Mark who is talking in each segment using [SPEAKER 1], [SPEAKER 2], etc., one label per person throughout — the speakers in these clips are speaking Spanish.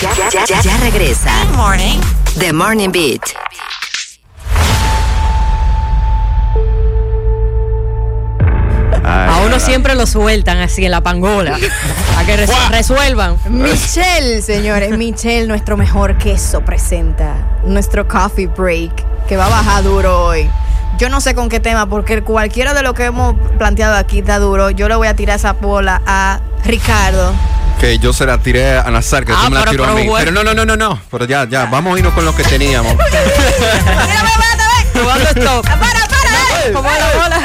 [SPEAKER 1] Ya, ya, ya, ya, ya regresa.
[SPEAKER 2] Good morning.
[SPEAKER 1] The Morning Beat.
[SPEAKER 3] A uno siempre lo sueltan así en la pangola. A que resu- resuelvan.
[SPEAKER 4] Michelle, señores, Michelle, nuestro mejor queso presenta nuestro coffee break que va a bajar duro hoy. Yo no sé con qué tema, porque cualquiera de lo que hemos planteado aquí está duro. Yo le voy a tirar esa bola a Ricardo.
[SPEAKER 5] Que yo se la tiré a Nazar, que
[SPEAKER 3] Ah,
[SPEAKER 5] tú me la
[SPEAKER 3] pero-
[SPEAKER 5] tiró a
[SPEAKER 3] pero
[SPEAKER 5] mí.
[SPEAKER 3] bueno.
[SPEAKER 5] Pero no, no, no, no, no. Pero ya, ya, vamos a irnos con lo que teníamos.
[SPEAKER 3] Jugando stop.
[SPEAKER 4] ¡Para, para! eh!
[SPEAKER 3] Como a la bola.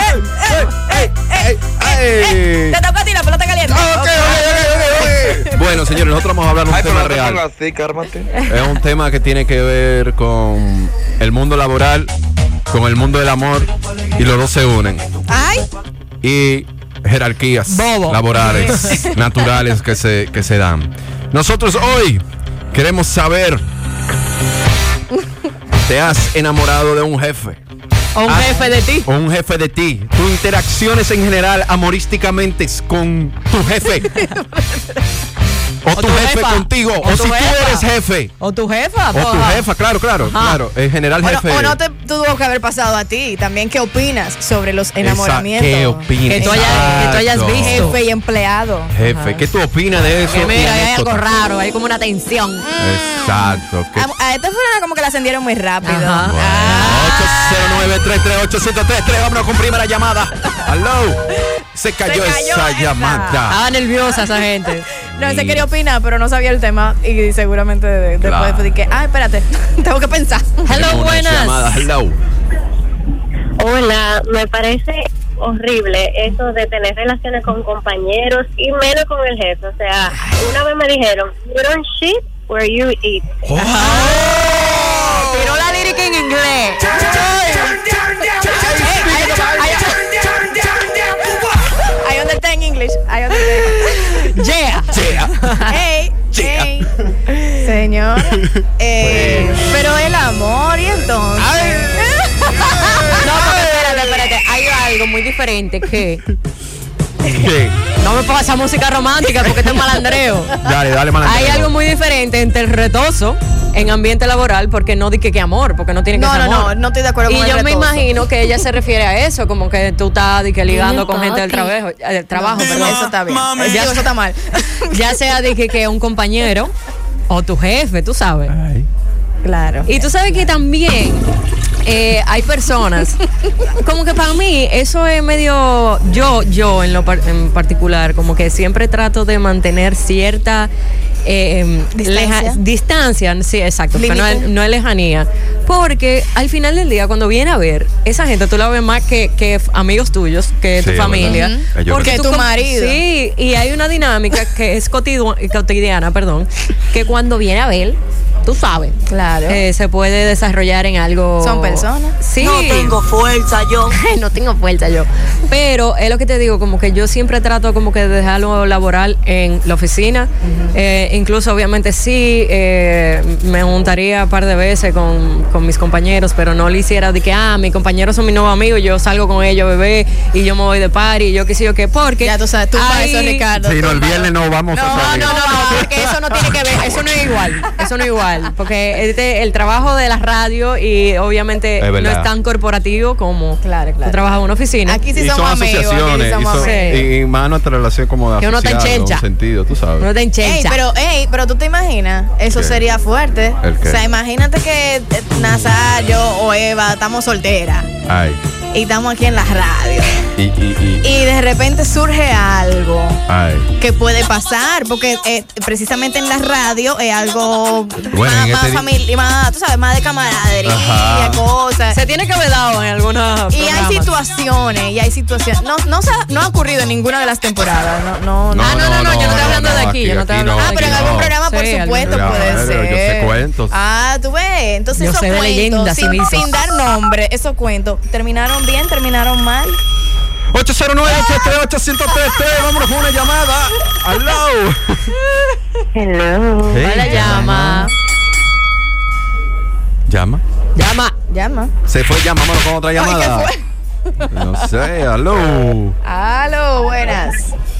[SPEAKER 5] ¡Ey!
[SPEAKER 4] Te tocó a ti la pelota caliente.
[SPEAKER 5] Ah, ok, ok, ok, ok, ok. Bueno, señores, nosotros vamos a hablar de un
[SPEAKER 6] Ay, pero
[SPEAKER 5] tema
[SPEAKER 6] no te
[SPEAKER 5] real.
[SPEAKER 6] pongas así, cálmate.
[SPEAKER 5] Es un tema que tiene que ver con el mundo laboral, con el mundo del amor, y los dos se unen.
[SPEAKER 4] ¡Ay!
[SPEAKER 5] y jerarquías
[SPEAKER 3] Bobo.
[SPEAKER 5] laborales, naturales que se, que se dan. Nosotros hoy queremos saber, ¿te has enamorado de un jefe?
[SPEAKER 3] O un
[SPEAKER 5] Ah.
[SPEAKER 3] jefe de ti.
[SPEAKER 5] ¿O un jefe de ti? ¿Tus interacciones en general amorísticamente con tu jefe? ¿O tu
[SPEAKER 3] tu
[SPEAKER 5] jefe
[SPEAKER 3] jefa.
[SPEAKER 5] contigo?
[SPEAKER 3] O
[SPEAKER 5] ¿O,
[SPEAKER 3] tu
[SPEAKER 5] si tú
[SPEAKER 3] jefa.
[SPEAKER 5] eres jefe?
[SPEAKER 3] O tu jefa.
[SPEAKER 5] ¿O tu
[SPEAKER 3] porra.
[SPEAKER 5] jefa? Claro, claro, claro. En general
[SPEAKER 4] O no,
[SPEAKER 5] jefe.
[SPEAKER 4] o no te tuvo que haber pasado a ti. También, ¿qué opinas sobre los enamoramientos?
[SPEAKER 5] Esa- ¿Qué opinas?
[SPEAKER 3] Que tú hayas- que tú hayas
[SPEAKER 5] Exacto.
[SPEAKER 3] visto.
[SPEAKER 4] Jefe y empleado.
[SPEAKER 5] Jefe, ¿qué tú opinas de eso?
[SPEAKER 3] Que
[SPEAKER 5] Y
[SPEAKER 3] mira, hay algo
[SPEAKER 5] anécdota.
[SPEAKER 3] raro, hay como una tensión.
[SPEAKER 5] Ah. Exacto. que-
[SPEAKER 4] A, a esta fulana como que la ascendieron muy rápido.
[SPEAKER 3] Ajá.
[SPEAKER 5] Bueno,
[SPEAKER 4] Ah.
[SPEAKER 5] 809-338-1033. Vámonos con primera llamada. Hello. Se cayó,
[SPEAKER 4] Se cayó
[SPEAKER 5] esa,
[SPEAKER 4] esa.
[SPEAKER 5] llamada.
[SPEAKER 3] Estaba nerviosa esa gente.
[SPEAKER 4] No, se quería opinar, pero no sabía el tema y seguramente de- después
[SPEAKER 5] Claro.
[SPEAKER 4] dije, que, ah, espérate, tengo que pensar.
[SPEAKER 3] Hello,
[SPEAKER 5] Tenemos una llamada.
[SPEAKER 3] buenas.
[SPEAKER 5] Hello.
[SPEAKER 7] Hola, me parece horrible eso de tener relaciones con compañeros y menos con el jefe. O sea, una vez me dijeron, you don't shit where you eat.
[SPEAKER 3] Tiró la lírica en inglés.
[SPEAKER 4] Ahí donde está en inglés, ahí donde está.
[SPEAKER 3] Yeah.
[SPEAKER 4] ¡Ey! ¡Ey! Señor.
[SPEAKER 3] Pues,
[SPEAKER 4] eh, pero el amor, y entonces.
[SPEAKER 3] No, porque espérate, espérate. Hay algo muy diferente que.
[SPEAKER 5] ¿Qué?
[SPEAKER 3] No me pongas esa música romántica porque esto es malandreo.
[SPEAKER 5] Dale, dale, malandro.
[SPEAKER 3] Hay algo muy diferente entre el retoso en ambiente laboral, porque no di que, que amor, porque no tiene que
[SPEAKER 4] No,
[SPEAKER 3] ser
[SPEAKER 4] no,
[SPEAKER 3] amor.
[SPEAKER 4] no, no estoy de acuerdo
[SPEAKER 3] Y
[SPEAKER 4] con el
[SPEAKER 3] yo me
[SPEAKER 4] retozo.
[SPEAKER 3] imagino que ella se refiere a eso, como que tú estás di que, ligando con gente del trabajo, eh, del trabajo,
[SPEAKER 4] No,
[SPEAKER 3] perdón.
[SPEAKER 4] eso está bien.
[SPEAKER 3] Mami.
[SPEAKER 4] Digo, eso está mal.
[SPEAKER 3] Ya sea de que, que un compañero o tu jefe, tú sabes.
[SPEAKER 4] claro.
[SPEAKER 3] Y tú sabes que también eh, hay personas, como que para mí eso es medio, yo, yo en lo par- en particular, como que siempre trato de mantener cierta eh, em,
[SPEAKER 4] Distancia.
[SPEAKER 3] distancia, sí, exacto, que no,
[SPEAKER 4] Límite.
[SPEAKER 3] es, no es lejanía, porque al final del día cuando viene a ver, esa gente tú la ves más que, que f- amigos tuyos, que
[SPEAKER 5] Sí,
[SPEAKER 3] tu
[SPEAKER 5] es
[SPEAKER 3] familia,
[SPEAKER 5] verdad. Ujú. Ellos
[SPEAKER 4] Que tu
[SPEAKER 3] com-
[SPEAKER 4] marido.
[SPEAKER 3] Sí, y hay una dinámica que es cotidu- cotidiana, perdón, que cuando viene a ver, tú sabes.
[SPEAKER 4] Claro.
[SPEAKER 3] Eh, se puede desarrollar en algo.
[SPEAKER 4] Son personas.
[SPEAKER 3] Sí. No tengo fuerza yo. no tengo fuerza yo. Pero es lo que te digo, como que yo siempre trato como que de dejarlo laboral en la oficina. Eh, incluso, obviamente, sí, eh, me juntaría un par de veces con, con mis compañeros, pero no le hiciera de que, ah, mis compañeros son mis nuevos amigos, yo salgo con ellos, bebé, y yo me voy de party, y yo qué sé yo qué, porque.
[SPEAKER 4] Ya tú sabes, tú para eso,
[SPEAKER 3] hay-
[SPEAKER 4] Ricardo.
[SPEAKER 5] Sí, no, el
[SPEAKER 4] tú pa-
[SPEAKER 5] viernes no vamos a
[SPEAKER 4] No,
[SPEAKER 5] salir.
[SPEAKER 4] no,
[SPEAKER 3] no, porque eso no tiene que ver, eso no es igual, eso no es igual, porque este, el trabajo de la radio y obviamente
[SPEAKER 5] Es
[SPEAKER 3] no
[SPEAKER 5] verdad.
[SPEAKER 3] es tan corporativo como
[SPEAKER 4] Claro, claro.
[SPEAKER 3] tú trabajas en una oficina.
[SPEAKER 4] Aquí sí
[SPEAKER 5] Y son
[SPEAKER 4] somos amigos. Aquí sí
[SPEAKER 5] asociaciones. Y,
[SPEAKER 4] somos
[SPEAKER 5] son,
[SPEAKER 4] amigos.
[SPEAKER 3] amigos.
[SPEAKER 5] y- y más nuestra relación como de
[SPEAKER 3] Que uno está en
[SPEAKER 5] asociado, un
[SPEAKER 3] chencha.
[SPEAKER 5] sentido, tú sabes.
[SPEAKER 3] no te
[SPEAKER 4] Ey,
[SPEAKER 3] enchencha.
[SPEAKER 4] pero, ey, pero tú te imaginas, eso
[SPEAKER 5] ¿Qué?
[SPEAKER 4] sería fuerte.
[SPEAKER 5] ¿El qué?
[SPEAKER 4] O sea, imagínate que eh, Nazar, yo o Eva estamos solteras
[SPEAKER 5] Ay.
[SPEAKER 4] y estamos aquí en la radio.
[SPEAKER 5] Y, y, y.
[SPEAKER 4] Y de repente surge algo
[SPEAKER 5] Ay.
[SPEAKER 4] que puede pasar, porque eh, precisamente en la radio es algo
[SPEAKER 5] Bueno,
[SPEAKER 4] más,
[SPEAKER 5] en
[SPEAKER 4] más
[SPEAKER 5] este di-
[SPEAKER 4] famili- más, tú sabes, más de camaradería,
[SPEAKER 5] Ajá.
[SPEAKER 4] cosas.
[SPEAKER 3] se tiene que haber dado en algunos
[SPEAKER 4] Y hay
[SPEAKER 3] programas.
[SPEAKER 4] situaciones, y hay situaciones. No, no, se ha, no ha ocurrido en ninguna de las temporadas. No, no, no.
[SPEAKER 3] Ah, no, no, no, yo no estoy hablando de aquí, yo no estoy hablando de
[SPEAKER 4] Ah, pero en
[SPEAKER 3] no.
[SPEAKER 4] algún programa, por
[SPEAKER 3] Sí,
[SPEAKER 4] supuesto,
[SPEAKER 5] algún-
[SPEAKER 4] puede
[SPEAKER 5] Claro,
[SPEAKER 4] ser.
[SPEAKER 5] yo sé cuentos.
[SPEAKER 4] Ah, tú ves. Entonces,
[SPEAKER 3] Yo
[SPEAKER 4] esos
[SPEAKER 3] sé de
[SPEAKER 4] cuentos,
[SPEAKER 3] leyendas, sí,
[SPEAKER 4] sin,
[SPEAKER 3] mitos.
[SPEAKER 4] sin dar nombre, esos cuentos, ¿terminaron bien? ¿Terminaron mal?
[SPEAKER 5] 809-338-1033. Vámonos con una llamada. Hello.
[SPEAKER 7] Hello.
[SPEAKER 5] Hey,
[SPEAKER 3] Hola, llama.
[SPEAKER 5] Llama.
[SPEAKER 3] Llama.
[SPEAKER 4] Llama.
[SPEAKER 5] Se fue, llama, vámonos con otra llamada.
[SPEAKER 4] Ay,
[SPEAKER 5] No sé, hello.
[SPEAKER 4] fue? Aló, buenas.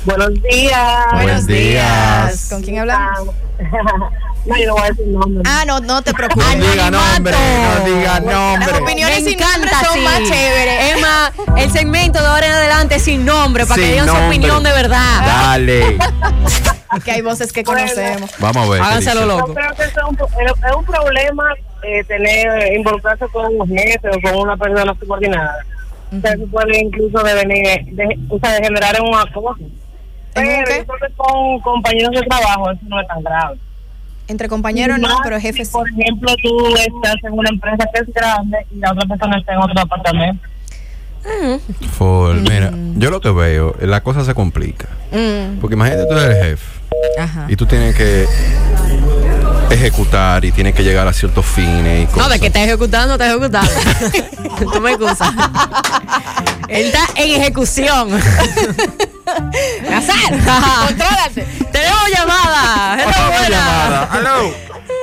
[SPEAKER 7] Buenos días.
[SPEAKER 5] Buen
[SPEAKER 4] Ah, Buenos
[SPEAKER 5] día.
[SPEAKER 4] ¿Con quién hablamos?
[SPEAKER 7] No, yo no voy a decir nombre.
[SPEAKER 4] Ah, no, no te preocupes.
[SPEAKER 5] No diga nombre, no diga
[SPEAKER 4] Las
[SPEAKER 5] nombre.
[SPEAKER 4] opiniones- Señores,
[SPEAKER 3] Me
[SPEAKER 4] sin nombre
[SPEAKER 3] encanta,
[SPEAKER 4] son más chéveres.
[SPEAKER 3] Emma, el segmento de ahora en adelante es sin nombre, para que
[SPEAKER 5] Sin
[SPEAKER 3] digan su
[SPEAKER 5] nombre.
[SPEAKER 3] opinión de verdad.
[SPEAKER 5] Dale.
[SPEAKER 4] Que hay voces que conocemos.
[SPEAKER 5] Vamos a ver. qué
[SPEAKER 3] Háganselo
[SPEAKER 5] dice.
[SPEAKER 3] loco.
[SPEAKER 7] Yo creo que eso es un, pro- es un problema eh, tener involucrarse con un jefe o con una persona subordinada. O sea, Eso puede incluso devenir, de, o sea, de generar un acoso. Pero
[SPEAKER 4] ¿En un
[SPEAKER 7] yo
[SPEAKER 4] qué?
[SPEAKER 7] creo que con compañeros de trabajo eso no es tan grave.
[SPEAKER 4] Entre compañeros no,
[SPEAKER 7] Más
[SPEAKER 4] pero
[SPEAKER 7] si,
[SPEAKER 4] jefes sí.
[SPEAKER 7] Por ejemplo, tú estás en una empresa que es grande y la otra persona está en otro apartamento.
[SPEAKER 5] Full. Mira, yo lo que veo, la cosa se complica.
[SPEAKER 4] Mm,
[SPEAKER 5] Porque imagínate tú eres el jefe
[SPEAKER 4] ajá.
[SPEAKER 5] y tú tienes que ejecutar y tienes que llegar a ciertos fines y
[SPEAKER 3] No,
[SPEAKER 5] cosas.
[SPEAKER 3] de que está ejecutando, está ejecutando. Tú me excusas. Él está en ejecución. ¡Hacer!
[SPEAKER 4] Contrólate.
[SPEAKER 3] ¡Tenemos llamada! ¡Hello,
[SPEAKER 5] Otra
[SPEAKER 3] buena!
[SPEAKER 5] llamada.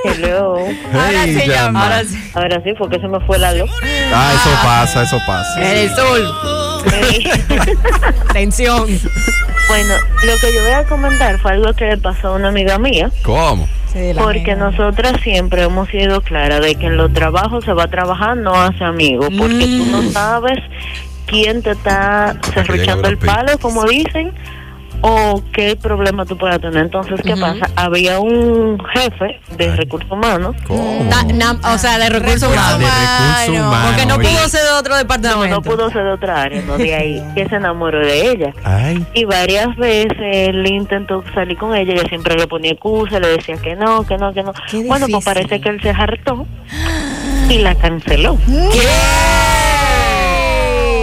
[SPEAKER 5] Hello.
[SPEAKER 7] Hello.
[SPEAKER 5] Ahora
[SPEAKER 4] sí llama.
[SPEAKER 3] Ahora sí.
[SPEAKER 7] Ahora sí, porque se me fue la luz.
[SPEAKER 5] Ah, eso pasa, eso pasa.
[SPEAKER 3] En el sol. Tensión.
[SPEAKER 7] bueno, lo que yo voy a comentar fue algo que le pasó a una amiga mía.
[SPEAKER 5] ¿Cómo?
[SPEAKER 7] Porque nosotras siempre hemos sido claras de que en los trabajos se va a trabajar, no hace amigos, porque tú
[SPEAKER 4] Mm.
[SPEAKER 7] no sabes quién te está cerruchando el palo, como dicen, o qué problema tú puedas tener. Entonces, ¿qué pasa? Había un jefe de recursos humanos.
[SPEAKER 5] ¿Cómo?
[SPEAKER 3] Na- na- o sea, de recursos
[SPEAKER 5] Ah, de
[SPEAKER 3] humanos.
[SPEAKER 5] Oh. recursos humanos.
[SPEAKER 3] Porque no
[SPEAKER 5] oye.
[SPEAKER 3] pudo ser de otro
[SPEAKER 7] No,
[SPEAKER 3] departamento.
[SPEAKER 7] no pudo ser de otra área, no de ahí, que se enamoró de ella.
[SPEAKER 5] Ay.
[SPEAKER 7] Y varias veces él intentó salir con ella, ella siempre le ponía excusa, le decía que no, que no, que no.
[SPEAKER 4] Qué
[SPEAKER 7] Bueno, pues
[SPEAKER 4] difícil.
[SPEAKER 7] parece que él se hartó y la canceló.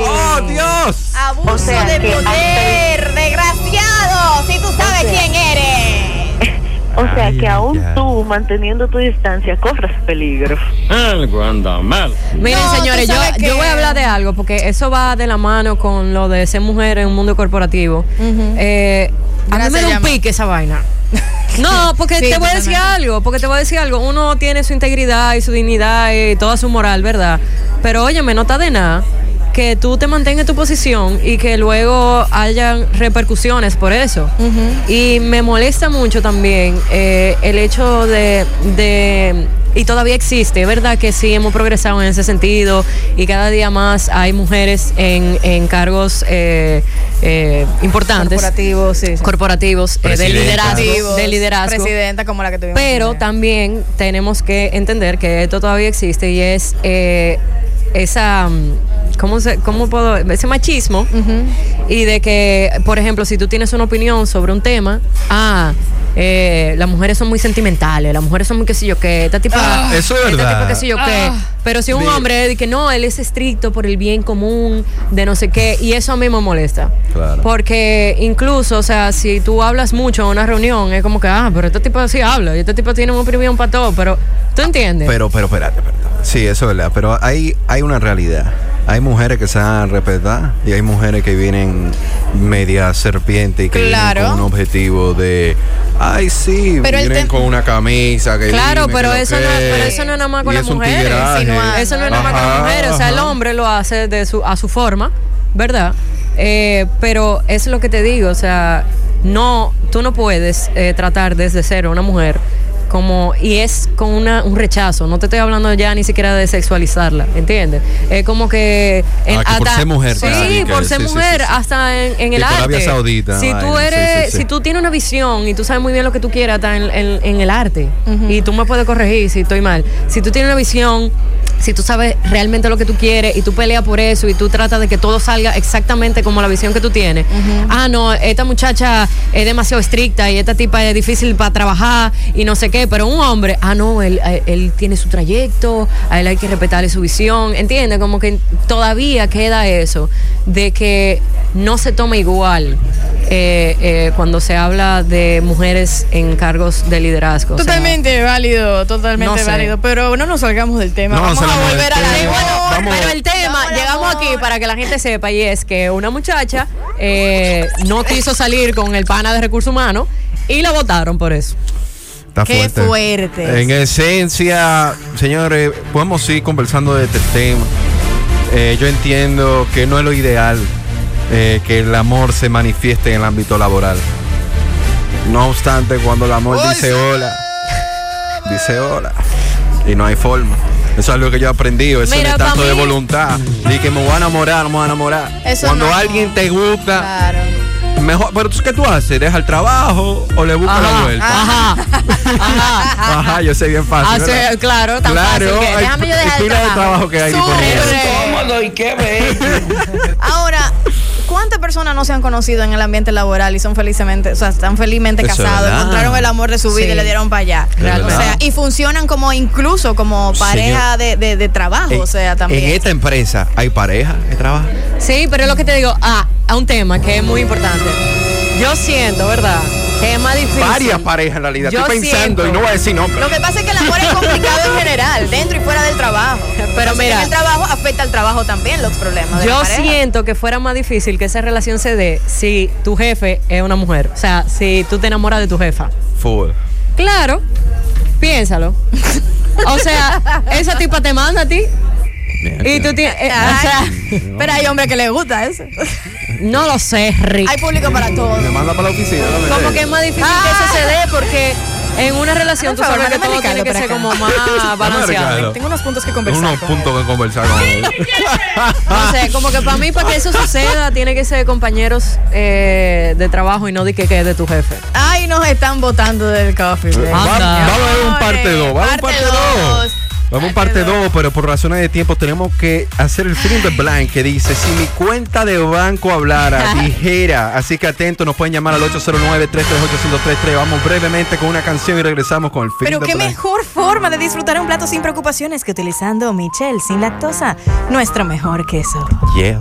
[SPEAKER 5] ¡Oh, Dios!
[SPEAKER 4] Abuso
[SPEAKER 7] O sea,
[SPEAKER 4] de
[SPEAKER 7] que
[SPEAKER 4] poder, desgraciado. Si tú sabes quién eres.
[SPEAKER 7] O sea
[SPEAKER 5] Ay,
[SPEAKER 7] que
[SPEAKER 5] ay,
[SPEAKER 7] aún
[SPEAKER 5] ay.
[SPEAKER 7] tú, manteniendo tu distancia, corres peligro.
[SPEAKER 2] Algo anda mal.
[SPEAKER 3] Miren,
[SPEAKER 4] No, tú
[SPEAKER 3] señores, yo,
[SPEAKER 4] sabes que-
[SPEAKER 3] yo voy a hablar de algo porque eso va de la mano con lo de ser mujer en un mundo corporativo. Eh, a mí
[SPEAKER 4] Gracias,
[SPEAKER 3] me da un
[SPEAKER 4] Yama.
[SPEAKER 3] pique esa vaina. No, porque
[SPEAKER 4] Sí,
[SPEAKER 3] te voy a
[SPEAKER 4] totalmente.
[SPEAKER 3] decir algo, porque te voy a decir algo. Uno tiene su integridad y su dignidad y toda su moral, ¿verdad? Pero óyeme, no está de nada que tú te mantengas en tu posición y que luego hayan repercusiones por eso. Y me molesta mucho también eh, el hecho de, de- y todavía existe, ¿verdad? Que sí hemos progresado en ese sentido y cada día más hay mujeres en, en cargos eh, eh, importantes
[SPEAKER 4] Corporativo, sí. sí.
[SPEAKER 3] corporativos eh, de
[SPEAKER 5] Presidenta.
[SPEAKER 3] liderazgo,
[SPEAKER 4] Corporativos,
[SPEAKER 3] de liderazgo.
[SPEAKER 4] Presidenta como la que tuvimos.
[SPEAKER 3] Pero
[SPEAKER 4] también.
[SPEAKER 3] también tenemos que entender que esto todavía existe y es eh, esa mm, ¿cómo se cómo puedo ese machismo y de que por ejemplo si tú tienes una opinión sobre un tema, ah eh, las mujeres son muy sentimentales, las mujeres son muy qué sé yo qué, esta tipa,
[SPEAKER 5] Ah, eso
[SPEAKER 3] esta
[SPEAKER 5] es verdad. Ah.
[SPEAKER 3] tipa qué sé yo qué. Pero si un
[SPEAKER 5] Digo.
[SPEAKER 3] hombre dice que no, él es estricto por el bien común, de no sé qué, y eso a mí me molesta.
[SPEAKER 5] Claro.
[SPEAKER 3] Porque incluso, o sea, si tú hablas mucho en una reunión, es como que, ah, pero este tipo sí habla, y este tipo tiene un opinión para todo, pero tú entiendes.
[SPEAKER 5] Pero, pero, espérate, espérate. Sí, eso es verdad. Pero hay, hay una realidad. Hay mujeres que se dan respetar y hay mujeres que vienen media serpiente y que vienen
[SPEAKER 4] Claro.
[SPEAKER 5] con un objetivo de. Ay, sí,
[SPEAKER 4] Pero el
[SPEAKER 5] vienen
[SPEAKER 4] tem-
[SPEAKER 5] con una camisa que.
[SPEAKER 3] Claro,
[SPEAKER 5] dime que
[SPEAKER 3] pero
[SPEAKER 5] lo
[SPEAKER 3] eso
[SPEAKER 5] que
[SPEAKER 3] no- pero
[SPEAKER 5] es.
[SPEAKER 3] eso no es nada más
[SPEAKER 5] Y
[SPEAKER 3] con las
[SPEAKER 5] es un
[SPEAKER 3] mujeres,
[SPEAKER 5] tigueraje.
[SPEAKER 4] sino a-
[SPEAKER 3] Eso no es nada más con las
[SPEAKER 5] Ajá,
[SPEAKER 3] mujeres, o sea, el
[SPEAKER 5] ajá.
[SPEAKER 3] hombre lo hace de su, a su forma, ¿verdad? Eh, pero es lo que te digo, o sea, no, tú no puedes eh, tratar desde cero a una mujer como, y es con una, un rechazo, no te estoy hablando ya ni siquiera de sexualizarla, ¿entiendes? Es como que...
[SPEAKER 5] Ah, que por ser mujer,
[SPEAKER 3] sí,
[SPEAKER 5] claro, y que-
[SPEAKER 3] por ser
[SPEAKER 5] sí, sí,
[SPEAKER 3] mujer,
[SPEAKER 5] sí, sí.
[SPEAKER 3] hasta en, en
[SPEAKER 5] Y
[SPEAKER 3] el
[SPEAKER 5] por
[SPEAKER 3] arte.
[SPEAKER 5] Arabia Saudita,
[SPEAKER 3] si tú
[SPEAKER 5] vaina, sí,
[SPEAKER 3] eres,
[SPEAKER 5] sí, sí.
[SPEAKER 3] si tú tienes una visión y tú sabes muy bien lo que tú quieras está en, en- en el arte y tú me puedes corregir si estoy mal. Si tú tienes una visión, si tú sabes realmente lo que tú quieres y tú peleas por eso y tú tratas de que todo salga exactamente como la visión que tú tienes. Ah, no, esta muchacha es demasiado estricta y esta tipa es difícil para trabajar y no sé qué, pero un hombre, ah, no, él, a- él tiene su trayecto, a él hay que respetarle su visión, ¿entiendes? Como que todavía queda eso de que no se toma igual eh, eh, cuando se habla de mujeres en cargos de liderazgo. o sea,
[SPEAKER 6] Totalmente válido, totalmente
[SPEAKER 3] No sé.
[SPEAKER 6] válido. Pero no nos salgamos del tema.
[SPEAKER 5] No,
[SPEAKER 6] Vamos
[SPEAKER 5] se
[SPEAKER 6] a
[SPEAKER 5] la
[SPEAKER 6] volver a la
[SPEAKER 5] molesté.
[SPEAKER 6] ley.
[SPEAKER 5] Vamos,
[SPEAKER 6] Bueno,
[SPEAKER 5] vamos.
[SPEAKER 3] Pero el tema,
[SPEAKER 4] Vamos,
[SPEAKER 3] llegamos
[SPEAKER 4] amor.
[SPEAKER 3] aquí para que la gente sepa, y es que una muchacha eh, no quiso salir con el pana de recursos humanos y la votaron por eso.
[SPEAKER 5] Está
[SPEAKER 4] Qué
[SPEAKER 5] fuerte.
[SPEAKER 4] fuerte.
[SPEAKER 5] En esencia, señores, podemos seguir conversando de este tema. Eh, yo entiendo que no es lo ideal eh, que el amor se manifieste en el ámbito laboral. No obstante, cuando el amor dice hola, dice hola. Y no hay forma. Eso es lo que yo he aprendido. Eso
[SPEAKER 4] Mira,
[SPEAKER 5] no es tanto
[SPEAKER 4] pa'
[SPEAKER 5] de
[SPEAKER 4] mí-
[SPEAKER 5] voluntad. Di que me voy a enamorar, me voy a enamorar.
[SPEAKER 4] Eso
[SPEAKER 5] Cuando
[SPEAKER 4] no.
[SPEAKER 5] alguien te gusta,
[SPEAKER 4] Claro.
[SPEAKER 5] mejor. Pero tú, ¿qué tú haces? ¿Deja el trabajo o le buscas Ah, la vuelta?
[SPEAKER 3] Ajá. Ajá.
[SPEAKER 5] Ajá, yo sé bien fácil.
[SPEAKER 4] Ah,
[SPEAKER 3] Hace-
[SPEAKER 5] ¿verdad?
[SPEAKER 3] claro, tan fácil que-
[SPEAKER 5] hay
[SPEAKER 3] déjame yo dejar el
[SPEAKER 5] pila de
[SPEAKER 3] trabajo.
[SPEAKER 5] trabajo que hay disponible.
[SPEAKER 4] Ahora, ¿cuántas personas no se han conocido en el ambiente laboral y son felizmente, o sea, están felizmente
[SPEAKER 5] Eso es
[SPEAKER 4] casados,
[SPEAKER 5] verdad.
[SPEAKER 4] encontraron el amor de su vida
[SPEAKER 3] Sí.
[SPEAKER 4] y le dieron para allá?
[SPEAKER 5] Realmente.
[SPEAKER 4] O sea, y funcionan como incluso como pareja de, de- de trabajo,
[SPEAKER 5] En-
[SPEAKER 4] o sea, también.
[SPEAKER 5] En esta empresa hay pareja que trabaja.
[SPEAKER 3] Sí, pero es lo que te digo, ah, a un tema que es muy importante. Yo siento, ¿verdad? Que es más difícil.
[SPEAKER 5] Varias parejas en realidad.
[SPEAKER 3] Yo
[SPEAKER 5] Estoy pensando
[SPEAKER 3] siento.
[SPEAKER 5] y no voy a decir nombre.
[SPEAKER 4] Lo que pasa es que el amor es complicado en general, dentro y fuera del trabajo.
[SPEAKER 3] Pero
[SPEAKER 4] Entonces,
[SPEAKER 3] mira-
[SPEAKER 4] en el trabajo afecta al trabajo también los problemas. de la
[SPEAKER 3] Yo
[SPEAKER 4] pareja.
[SPEAKER 3] siento que fuera más difícil que esa relación se dé si tu jefe es una mujer. O sea, si tú te enamoras de tu jefa.
[SPEAKER 5] Full.
[SPEAKER 3] Claro, piénsalo. O sea, esa tipa te manda a ti y tú tienes. eh, o sea,
[SPEAKER 4] Pero hay hombres que les gusta eso.
[SPEAKER 3] no lo sé, Rick.
[SPEAKER 4] Hay público para todo.
[SPEAKER 5] Me manda para la oficina. dame
[SPEAKER 3] Como
[SPEAKER 5] de-
[SPEAKER 3] que es más difícil que eso se dé porque en una relación tú
[SPEAKER 4] Hazme un
[SPEAKER 3] sabes que
[SPEAKER 4] favor, dame
[SPEAKER 3] todo
[SPEAKER 4] Ricardo
[SPEAKER 3] tiene que
[SPEAKER 4] para
[SPEAKER 3] ser
[SPEAKER 4] acá.
[SPEAKER 3] como más balanceado.
[SPEAKER 5] Ricardo.
[SPEAKER 6] Tengo unos puntos que conversar.
[SPEAKER 5] unos
[SPEAKER 6] con
[SPEAKER 5] puntos que conversar con él.
[SPEAKER 3] No sé, como que para mí, para que eso suceda, tiene que ser compañeros eh, de trabajo y no de que, que de tu jefe.
[SPEAKER 4] Ay, nos están votando del coffee. break.
[SPEAKER 5] Va-
[SPEAKER 3] Anda.
[SPEAKER 5] vamos a ver un parte 2. Vamos a un parte
[SPEAKER 4] Parte
[SPEAKER 5] 2.
[SPEAKER 4] dos.
[SPEAKER 5] Vamos a un parte 2, pero por razones de tiempo tenemos que hacer el film de blank que dice, si mi cuenta de banco hablara, dijera, así que atento, nos pueden llamar al 809-338-1033. Vamos brevemente con una canción y regresamos con el film
[SPEAKER 4] Pero
[SPEAKER 5] de
[SPEAKER 4] qué
[SPEAKER 5] blank.
[SPEAKER 4] mejor forma de disfrutar un plato sin preocupaciones que utilizando Michel sin lactosa, nuestro mejor queso.
[SPEAKER 5] Yeah.